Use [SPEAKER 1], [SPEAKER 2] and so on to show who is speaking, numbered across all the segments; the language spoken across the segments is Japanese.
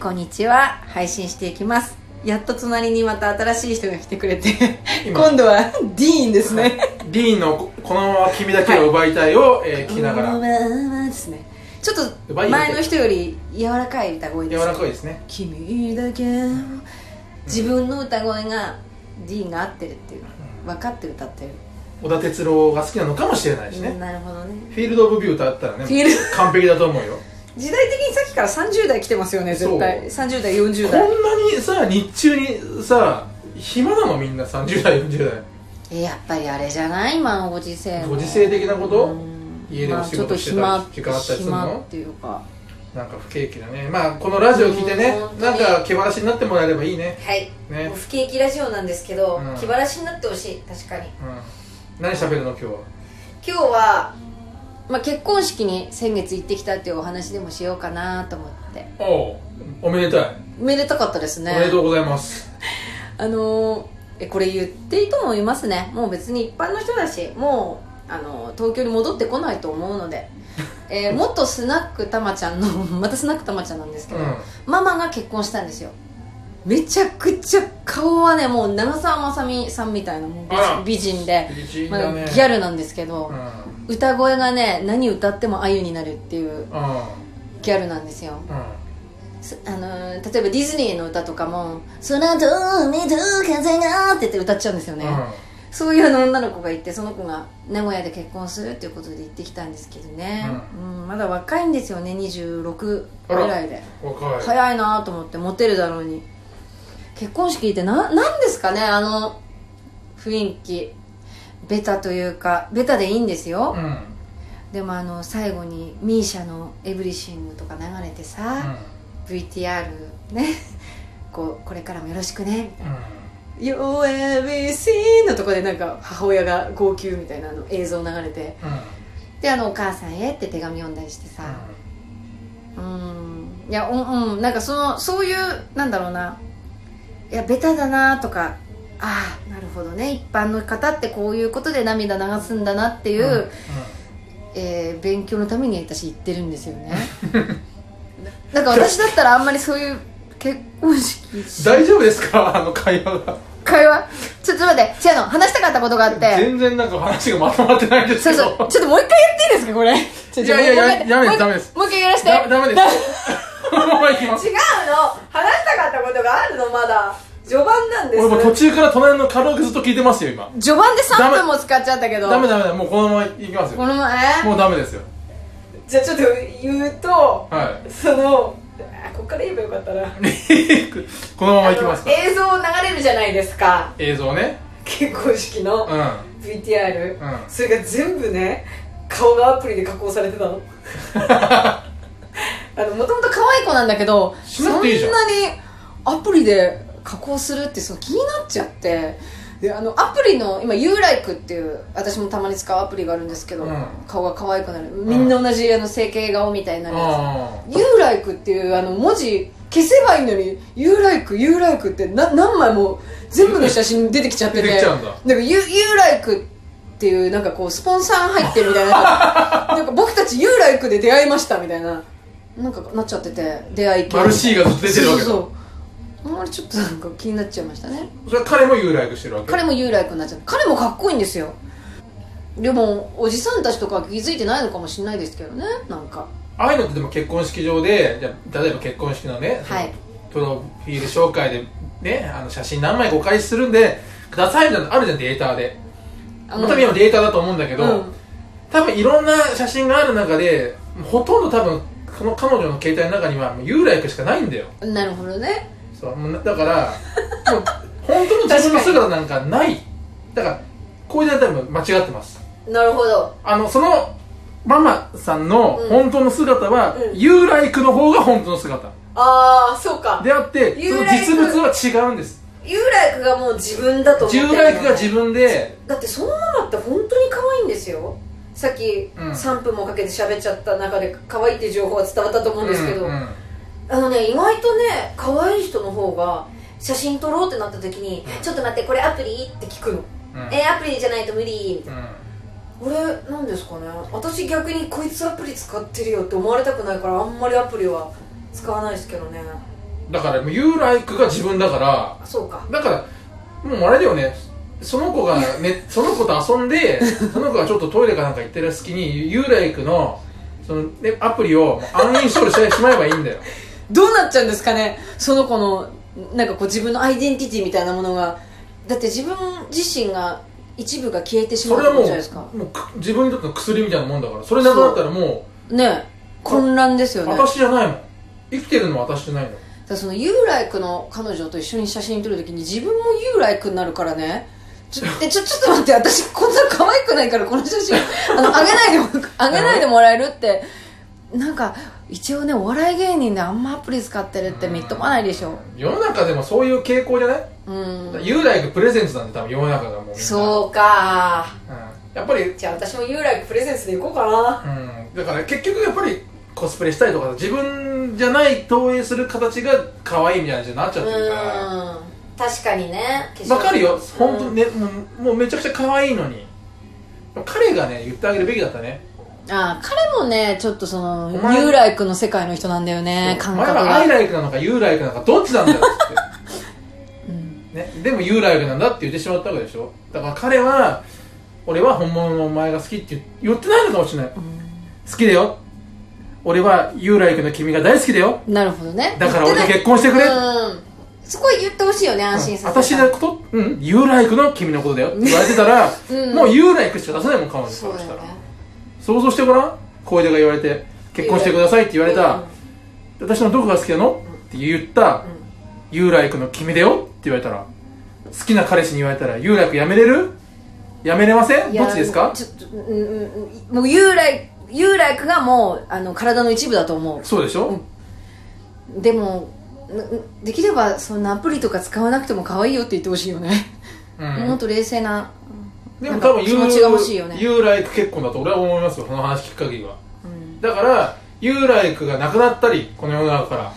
[SPEAKER 1] こんにちは配信していきますやっと隣にまた新しい人が来てくれて
[SPEAKER 2] 今
[SPEAKER 1] 今度はディーンですね
[SPEAKER 2] ディーンのこ「このまま君だけを奪いたい」を、えー聞きなが
[SPEAKER 1] うわ
[SPEAKER 2] ら
[SPEAKER 1] うわですねちょっと
[SPEAKER 2] 奪い合い
[SPEAKER 1] 前の人より柔らかい歌声
[SPEAKER 2] 柔
[SPEAKER 1] です
[SPEAKER 2] らかいですね
[SPEAKER 1] 君だけ自分の歌声がディーンが合ってるっていう分かって歌ってる、
[SPEAKER 2] 小田哲郎が好きなのかもしれないしね、
[SPEAKER 1] なるほどね
[SPEAKER 2] フィールド・オブ・ビュー歌ったらね
[SPEAKER 1] フィール
[SPEAKER 2] 完璧だと思うよ
[SPEAKER 1] 時代的にさっきから30代来てますよね絶対30代
[SPEAKER 2] こ
[SPEAKER 1] 40
[SPEAKER 2] んな
[SPEAKER 1] 代
[SPEAKER 2] にさ日中にさ暇なのみんな30代40代
[SPEAKER 1] えやっぱりあれじゃない今のご時世の
[SPEAKER 2] ご時世的なこと
[SPEAKER 1] うん
[SPEAKER 2] 家でお仕事してたり
[SPEAKER 1] まあちょっと
[SPEAKER 2] 時間あったりするの
[SPEAKER 1] 暇っていうか
[SPEAKER 2] なんか不景気だねまあこのラジオ聞いてね
[SPEAKER 1] うん
[SPEAKER 2] なんか気晴らしになってもらえればいいね
[SPEAKER 3] はい、
[SPEAKER 2] ね
[SPEAKER 3] もう不景気ラジオなんですけど、
[SPEAKER 2] うん
[SPEAKER 3] 気晴らしになってほしい確かに
[SPEAKER 2] うん何喋るの今日は
[SPEAKER 3] 今日は
[SPEAKER 1] まあ、結婚式に先月行ってきたっていうお話でもしようかなと思って
[SPEAKER 2] おおおめでたい、
[SPEAKER 1] めでたかったですね
[SPEAKER 2] おめでとうございます
[SPEAKER 1] あのーえこれ言っていいと思いますねもう別に一般の人だしもう、あのー東京に戻ってこないと思うので、えー、元スナックたまちゃんの またスナックたまちゃんなんですけ
[SPEAKER 2] う
[SPEAKER 1] ど、
[SPEAKER 2] ん
[SPEAKER 1] ママが結婚したんですよめちゃくちゃ顔はねもう長澤まさみさんみたいなもう美
[SPEAKER 2] あら
[SPEAKER 1] 美人で、
[SPEAKER 2] 一員
[SPEAKER 1] ま
[SPEAKER 2] だ
[SPEAKER 1] あ、
[SPEAKER 2] ね、
[SPEAKER 1] ギャルなんですけど、
[SPEAKER 2] うん
[SPEAKER 1] 歌声がね何歌ってもあゆになるっていう
[SPEAKER 2] う
[SPEAKER 1] ギャルなんですよ
[SPEAKER 2] んうん
[SPEAKER 1] すあのー例えばディズニーの歌とかも「空と海と風が」って言って歌っちゃうんですよね、
[SPEAKER 2] う
[SPEAKER 1] そういうあの女の子がいてその子が名古屋で結婚するっていうことで行ってきたんですけどね、うんまだ若いんですよね26ぐらいで
[SPEAKER 2] ん若い
[SPEAKER 1] 早いなと思ってモテるだろうに結婚式ってな何ですかねあの雰囲気ベタというかベタでいいんですよ、
[SPEAKER 2] うんうん
[SPEAKER 1] でもあの最後に MISIA の「エブリシング」とか流れてさ、VTR ねこうこれからもよろしくね「
[SPEAKER 2] う
[SPEAKER 1] Your Everything」のとこでなんか母親が号泣みたいなあの映像流れて
[SPEAKER 2] んうん
[SPEAKER 1] であの「お母さんへ」って手紙読んだりしてさ、うんいやうんうんなんかそのそういうなんだろうないやベタだなとかああなるほどね一般の方ってこういうことで涙流すんだなっていう、
[SPEAKER 2] うん
[SPEAKER 1] えー勉強のために私行ってるんですよ ねななんか私だったらあんまりそういう結婚式
[SPEAKER 2] 大丈夫ですかあの会話が
[SPEAKER 1] 会話ちょっと待って違うの話したかったことがあって
[SPEAKER 2] 全然なんか話がまとまってないです
[SPEAKER 1] そう
[SPEAKER 2] けど
[SPEAKER 1] そうちょっともう一回やっていいですかこれちょ
[SPEAKER 2] いやいやいややめてダメです
[SPEAKER 1] もう一回やらせて
[SPEAKER 2] ダダメですこのままいきます
[SPEAKER 3] 違うの話したかったことがあるのまだ序盤なんです
[SPEAKER 2] 俺もう途中から隣のカラオケずっと聞いてますよ今
[SPEAKER 1] 序盤で3
[SPEAKER 2] ダメ
[SPEAKER 1] 分も使っちゃったけど
[SPEAKER 2] ダメダメダメもうこのままいきますよ
[SPEAKER 1] この前
[SPEAKER 2] もうダメですよ
[SPEAKER 3] じゃあちょっと言うと
[SPEAKER 2] は
[SPEAKER 3] そのあこっから言えばよかったな
[SPEAKER 2] いこのままいきます
[SPEAKER 3] あ
[SPEAKER 2] か
[SPEAKER 3] の映像流れるじゃないですか
[SPEAKER 2] 映像ね
[SPEAKER 3] 結婚式
[SPEAKER 2] うん
[SPEAKER 3] の
[SPEAKER 2] あ
[SPEAKER 3] VTR、
[SPEAKER 2] うん
[SPEAKER 3] それが全部ね顔がアプリで加工されてた のあの
[SPEAKER 1] もともと可愛い子なんだけど
[SPEAKER 2] しなくていいじゃん
[SPEAKER 1] そんなにアプリで加工するってその気になっちゃってであのアプリの今 u ライクっていう私もたまに使うアプリがあるんですけど、
[SPEAKER 2] うん
[SPEAKER 1] 顔が可愛くなるみんな同じあの整形顔みたいになるや
[SPEAKER 2] あ
[SPEAKER 1] つ u ライクっていうあの文字消せばいいのに u ライク u ライクってな何枚も全部の写真出てきちゃってて
[SPEAKER 2] 出てきちゃうんだ
[SPEAKER 1] なんか u, u ライクっていうなんかこうスポンサー入ってるみたいな なんか僕たち u ライクで出会いましたみたいななんかなっちゃってて出会い系
[SPEAKER 2] マルシーがずっと出てるわけだ
[SPEAKER 1] そうそうそうあんまりちょっとなんか気になっちゃいましたね
[SPEAKER 2] それは彼も有楽してるわけ
[SPEAKER 1] 彼も u ライクになっちゃう彼もかっこいいんですよでもおじさんたちとか気づいてないのかもしれないですけどねなんか
[SPEAKER 2] ああいうのってでも結婚式場でじゃあ例えば結婚式のね、
[SPEAKER 1] はい
[SPEAKER 2] そのプロフィール紹介でねあの写真何枚かお返しするんでくださいみたいなのあるじゃんデータで、
[SPEAKER 1] あ
[SPEAKER 2] 多分今データだと思うんだけど、
[SPEAKER 1] うん
[SPEAKER 2] 多分いろんな写真がある中でほとんど多分この彼女の携帯の中にはもう有楽しかないんだよ
[SPEAKER 1] なるほどね
[SPEAKER 2] そうもうなだから もう本当の自分の姿なんかないだからこれで多分間違ってます
[SPEAKER 3] なるほど
[SPEAKER 2] あのそのママさんの
[SPEAKER 3] うん
[SPEAKER 2] 本当の姿は、
[SPEAKER 3] うん
[SPEAKER 2] 有楽の方が本当の姿
[SPEAKER 3] ああそうか
[SPEAKER 2] であってそ
[SPEAKER 3] 有
[SPEAKER 2] の
[SPEAKER 3] 楽
[SPEAKER 2] 実物は違うんです
[SPEAKER 3] ユーライクがもう自分だと思ってる
[SPEAKER 2] 従来が自分で
[SPEAKER 3] だってそのママって本当に可愛いんですよさっき
[SPEAKER 2] うん
[SPEAKER 3] 3分もかけて喋っちゃった中で可愛いっていう情報は伝わったと思うんですけど、
[SPEAKER 2] うんうん
[SPEAKER 3] あのね意外とね可愛い人の方が写真撮ろうってなった時に「ちょっと待ってこれアプリ?」って聞くの
[SPEAKER 2] うん
[SPEAKER 3] 「えーアプリじゃないと無理」みたいな
[SPEAKER 2] うん
[SPEAKER 3] 俺なんですかね私逆にこいつアプリ使ってるよって思われたくないからあんまりアプリは使わないですけどね
[SPEAKER 2] だからもうユーライクが自分だから
[SPEAKER 3] そうか
[SPEAKER 2] だからもうあれだよねその子が、ね、その子と遊んでその子がちょっとトイレかなんか行ってる隙にユーライクのその、ね、アプリをアンインストールしてしまえばいいんだよ
[SPEAKER 1] どうなっちゃうんですかねその子のなんかこう自分のアイデンティティみたいなものがだって自分自身が一部が消えてしま
[SPEAKER 2] そう
[SPEAKER 1] っ
[SPEAKER 2] れ
[SPEAKER 1] てこと
[SPEAKER 2] は
[SPEAKER 1] じ
[SPEAKER 2] も
[SPEAKER 1] ゃないですか
[SPEAKER 2] うもうく自分にとっての薬みたいなもんだからそれなくなったらも
[SPEAKER 1] ねえ混乱です
[SPEAKER 2] う
[SPEAKER 1] よね
[SPEAKER 2] 私じゃないもん生きてるのは私じゃないの
[SPEAKER 1] だからそのユーライクの彼女と一緒に写真撮るときに自分もユーライクになるからねちょでちょちょっと待って私こんな可愛くないからこの写真あのあげないでもあげないでもらえるってなんか一応ねお笑い芸人であんまアプリ使ってるってみっともないでしょ
[SPEAKER 2] 世の中でもそういう傾向じゃない、
[SPEAKER 1] うん
[SPEAKER 2] ユーライクプレゼンツなんで多分世の中がもうみんな
[SPEAKER 3] そうか
[SPEAKER 2] うん、やっぱり、うん、
[SPEAKER 3] じゃあ私もユーライクプレゼンスで行こうかな
[SPEAKER 2] だから結局やっぱりコスプレしたりとか自分じゃない投影する形が可愛いみたいな感じになっちゃってるか
[SPEAKER 3] うん確かにね化粧
[SPEAKER 2] らわかるよ本当にね、もうもうめちゃくちゃ可愛いのに彼がね言ってあげるべきだったね
[SPEAKER 1] ああ彼もねちょっとその
[SPEAKER 2] お前
[SPEAKER 1] ユーライクの世界の人なんだよね
[SPEAKER 2] お
[SPEAKER 1] 感
[SPEAKER 2] 前
[SPEAKER 1] 覚
[SPEAKER 2] はアイ
[SPEAKER 1] が
[SPEAKER 2] ライクなのかユーライクなのかどっちなんだよっ
[SPEAKER 1] うん
[SPEAKER 2] て、ね、でもユーライクなんだって言ってしまったわけでしょだから彼は俺は本物のお前が好きって言ってないのかもしれない好きだよ俺はユーライクの君が大好きだよ
[SPEAKER 1] なるほどね
[SPEAKER 2] だから俺と
[SPEAKER 1] 言って
[SPEAKER 2] 結婚してく
[SPEAKER 1] な
[SPEAKER 2] れ、
[SPEAKER 1] いうんそこは言ってほしいよね安心させ
[SPEAKER 2] 私
[SPEAKER 1] た
[SPEAKER 2] のことうんユーライクの君のことだよって言われてたら、
[SPEAKER 1] うん
[SPEAKER 2] もうユーライクしか出せないもん彼女からし
[SPEAKER 1] そうだ
[SPEAKER 2] た
[SPEAKER 1] よ
[SPEAKER 2] ら、
[SPEAKER 1] ね
[SPEAKER 2] 想像してごらん小出が言われて結婚してくださいって言われた、私のどこが好きなのって言った、ユーライクの君だよって言われたら好きな彼氏に言われたらユーライクやめれるやめれません
[SPEAKER 1] いや
[SPEAKER 2] どっちですか
[SPEAKER 1] ちょっと、うんうんうん、もうユーライユーライクがもうあの体の一部だと思
[SPEAKER 2] そうでしょ、
[SPEAKER 1] うでもんできればそんなアプリとか使わなくても可愛いよって言ってほしいよね、
[SPEAKER 2] うん
[SPEAKER 1] もっと冷静な
[SPEAKER 2] でも多
[SPEAKER 1] なんか
[SPEAKER 2] 分
[SPEAKER 1] 気
[SPEAKER 2] ユ
[SPEAKER 1] 持ちが欲しいよね
[SPEAKER 2] ーユーライク結婚だと俺は思いますよその話聞く限りは、だからユーライクがなくなったりこの世の中か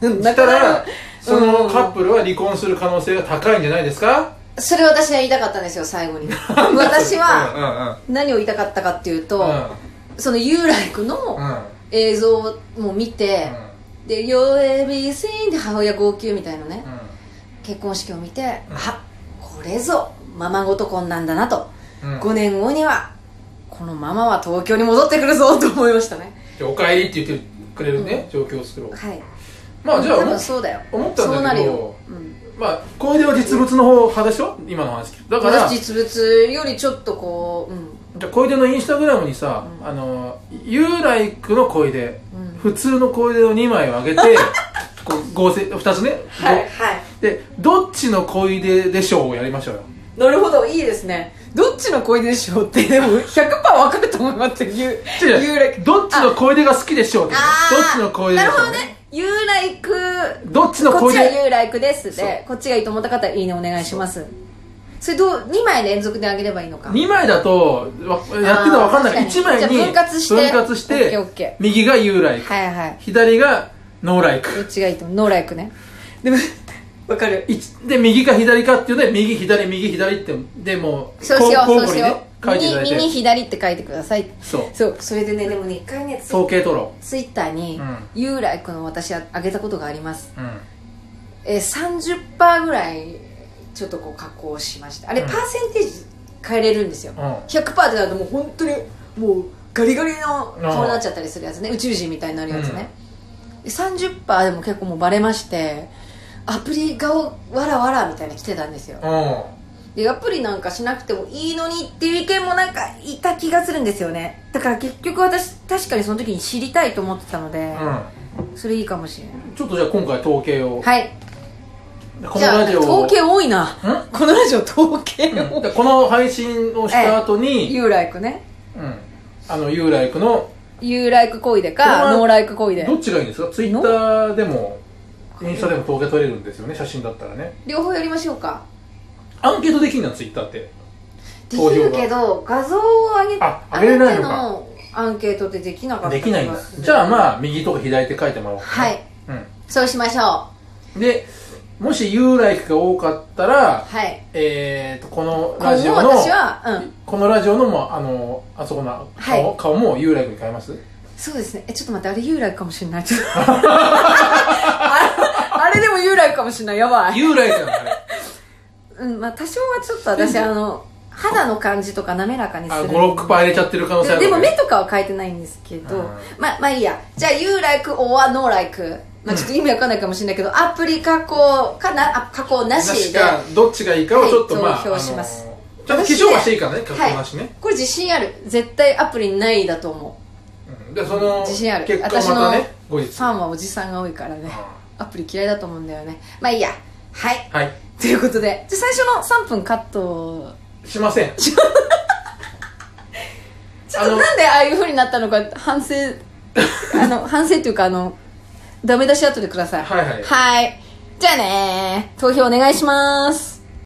[SPEAKER 2] ら
[SPEAKER 1] だ
[SPEAKER 2] だ
[SPEAKER 1] か
[SPEAKER 2] か
[SPEAKER 1] ら
[SPEAKER 2] らその
[SPEAKER 1] うん
[SPEAKER 2] カップルは離婚する可能性が高いんじゃないですか
[SPEAKER 1] それ私は言いたかったんですよ最 後に私は
[SPEAKER 2] は
[SPEAKER 1] 何を言いたかったかっていうと、
[SPEAKER 2] う
[SPEAKER 1] そのユーライク
[SPEAKER 2] んうん
[SPEAKER 1] の
[SPEAKER 2] うん
[SPEAKER 1] 映像をもう見て、で「You're everything」で母親号泣みたいなね、結婚式を見て、
[SPEAKER 2] うん
[SPEAKER 1] あこれぞママごと婚なんだなと、
[SPEAKER 2] うんうん
[SPEAKER 1] 5年後にはこのママは東京に戻ってくるぞと思いましたね
[SPEAKER 2] でおかえりって言ってくれるね状況を作ろう
[SPEAKER 1] はい
[SPEAKER 2] まあじゃあ
[SPEAKER 1] 多
[SPEAKER 2] も
[SPEAKER 1] 分
[SPEAKER 2] う
[SPEAKER 1] そうだよ
[SPEAKER 2] 思ったんだけど
[SPEAKER 1] そうなるよ、うん、
[SPEAKER 2] まあ小出は実物の方派でしょ今の話聞くだから
[SPEAKER 1] 私
[SPEAKER 2] じ
[SPEAKER 1] 実物よりちょっとこうう
[SPEAKER 2] ゃあ小出のインスタグラムにさあのユーライクの小出
[SPEAKER 1] んうん
[SPEAKER 2] 普通の小出を2枚をあ げてこう合成2つね
[SPEAKER 3] はいはい
[SPEAKER 2] でどっちの小出でしょうをやりましょうよ
[SPEAKER 1] なるほどいいですねどっちの恋でしょうってでも100%分かると思いますよユ
[SPEAKER 2] 違う
[SPEAKER 1] ーユーライク
[SPEAKER 2] どっちの小出が好きでしょうってね
[SPEAKER 1] あ
[SPEAKER 2] どっ
[SPEAKER 1] ー
[SPEAKER 2] ちの小出
[SPEAKER 1] な
[SPEAKER 2] でしょ
[SPEAKER 1] るほ
[SPEAKER 2] う
[SPEAKER 1] どねユーライク
[SPEAKER 2] どっちの
[SPEAKER 1] こっ
[SPEAKER 2] 小
[SPEAKER 1] ちが
[SPEAKER 2] 出
[SPEAKER 1] ユーライクですでこっちがいいと思った方いいねお願いしますそれどう2枚連続であげればいいのか
[SPEAKER 2] 2枚だとわやってるの分かんない
[SPEAKER 1] あ
[SPEAKER 2] から
[SPEAKER 1] ー
[SPEAKER 2] 1枚に
[SPEAKER 1] じゃあ分割して
[SPEAKER 2] 分割し
[SPEAKER 1] オッケーオッ
[SPEAKER 2] て
[SPEAKER 1] ケ
[SPEAKER 2] 右がユーライク
[SPEAKER 1] はいはい
[SPEAKER 2] 左がノーライ
[SPEAKER 1] どっ
[SPEAKER 2] ク
[SPEAKER 1] ちがいいと思うノーライクねでもわかる
[SPEAKER 2] 一で右か左かっていうので右左右左ってでもう
[SPEAKER 1] そうしよう
[SPEAKER 2] こ
[SPEAKER 1] そうし
[SPEAKER 2] に
[SPEAKER 1] よ
[SPEAKER 2] ね
[SPEAKER 1] う
[SPEAKER 2] 書いていただい
[SPEAKER 1] 右右
[SPEAKER 2] て
[SPEAKER 1] 左って書いてください
[SPEAKER 2] そう
[SPEAKER 1] そう
[SPEAKER 3] それでねでもね一回ねつい
[SPEAKER 2] 統計取ろ
[SPEAKER 1] ツイッターに
[SPEAKER 2] うん
[SPEAKER 1] 「ユーライクの私はあげたことがあります
[SPEAKER 2] う、うん、」
[SPEAKER 1] えー、30%ぐらいちょっとこう加工しましたあれ
[SPEAKER 2] うん
[SPEAKER 1] パーセンテージ変えれるんですよ、
[SPEAKER 2] うん
[SPEAKER 1] 100%ってなるともう本当にもうガリガリの顔になっちゃったりするやつね宇宙人みたいになるやつね、30%でも結構もうバレましてアプリ顔わらわらみたいなの来てたんですよ
[SPEAKER 2] うん
[SPEAKER 1] でアプリなんかしなくてもいいのにっていう意見もなんかいた気がするんですよねだから結局私確かにその時に知りたいと思ってたので、
[SPEAKER 2] う
[SPEAKER 1] それいいかもしれない
[SPEAKER 2] んちょっとじゃあ今回統計を、
[SPEAKER 1] はい
[SPEAKER 2] こ
[SPEAKER 1] じ
[SPEAKER 2] の
[SPEAKER 1] ゃあ
[SPEAKER 2] ラジオを
[SPEAKER 1] 統計多いなこのラジオ統計
[SPEAKER 2] うん
[SPEAKER 1] 多い、
[SPEAKER 2] でこの配信をした後に、
[SPEAKER 1] ユーライクね
[SPEAKER 2] うん、あのユーライクの
[SPEAKER 1] ユーライク恋で
[SPEAKER 2] これは
[SPEAKER 1] かノーライク恋で
[SPEAKER 2] どっちがいいんですかツイッターでもインスタでも統計取れるんですよね写真だったらね
[SPEAKER 1] 両方やりましょうか
[SPEAKER 2] アンケートできんのツイッターって
[SPEAKER 1] できるけど画像を上げ
[SPEAKER 2] あ上げれないの
[SPEAKER 1] 上げ
[SPEAKER 2] か
[SPEAKER 1] てのアンケートってできなかった
[SPEAKER 2] できないんだじ
[SPEAKER 1] あ
[SPEAKER 2] ゃあまあ右とか左って書いてもらおうかな
[SPEAKER 1] はい、そうしましょう
[SPEAKER 2] うん、でもしユーライクが多かったら
[SPEAKER 1] はい
[SPEAKER 2] えー、とこの
[SPEAKER 1] 今
[SPEAKER 2] ラジ
[SPEAKER 1] 後
[SPEAKER 2] オの
[SPEAKER 1] 私はうん
[SPEAKER 2] このラジオのもあのあそこの顔,、
[SPEAKER 1] は
[SPEAKER 2] 顔もユーライクに変えます
[SPEAKER 1] そうですねえちょっと待ってあれユーライクかもしれないちょっとあもしれないやばい、
[SPEAKER 2] ユーライじゃんあれ
[SPEAKER 1] うんまあ、多少はちょっと私あの肌の感じとか滑らかにす
[SPEAKER 2] あ
[SPEAKER 1] る
[SPEAKER 2] 56パー入れちゃってる可能性あ
[SPEAKER 1] うん
[SPEAKER 2] る
[SPEAKER 1] でも目とかは変えてないんですけど、
[SPEAKER 2] うん
[SPEAKER 1] まあまあいいやじゃあ「You like or no like」まあちょっと意味わかんないかもしれないけど、アプリ加工かなあ加工なし
[SPEAKER 2] し
[SPEAKER 1] で
[SPEAKER 2] かどっちがいいかをちょっと
[SPEAKER 1] はい
[SPEAKER 2] まああ
[SPEAKER 1] 投
[SPEAKER 2] の
[SPEAKER 1] 票
[SPEAKER 2] ち
[SPEAKER 1] し
[SPEAKER 2] ょっ
[SPEAKER 1] ます
[SPEAKER 2] と化粧はしていいからね格好なしね
[SPEAKER 1] これ自信ある絶対アプリないだと思
[SPEAKER 2] うんでその
[SPEAKER 1] 自信ある
[SPEAKER 2] 結果また
[SPEAKER 1] 私
[SPEAKER 2] ね後
[SPEAKER 1] う
[SPEAKER 2] 日
[SPEAKER 1] ファンはおじさんが多いからね
[SPEAKER 2] は
[SPEAKER 1] アプリ嫌いだと思うんだよねまあいいやはい
[SPEAKER 2] い
[SPEAKER 1] ということでじゃあ最初の3分カットを
[SPEAKER 2] しませんち
[SPEAKER 1] ちょっとなんでああいうふうになったのか反省あの反省というかあのダメ出し後でください
[SPEAKER 2] はいはい
[SPEAKER 1] はいじゃあね投票お願いします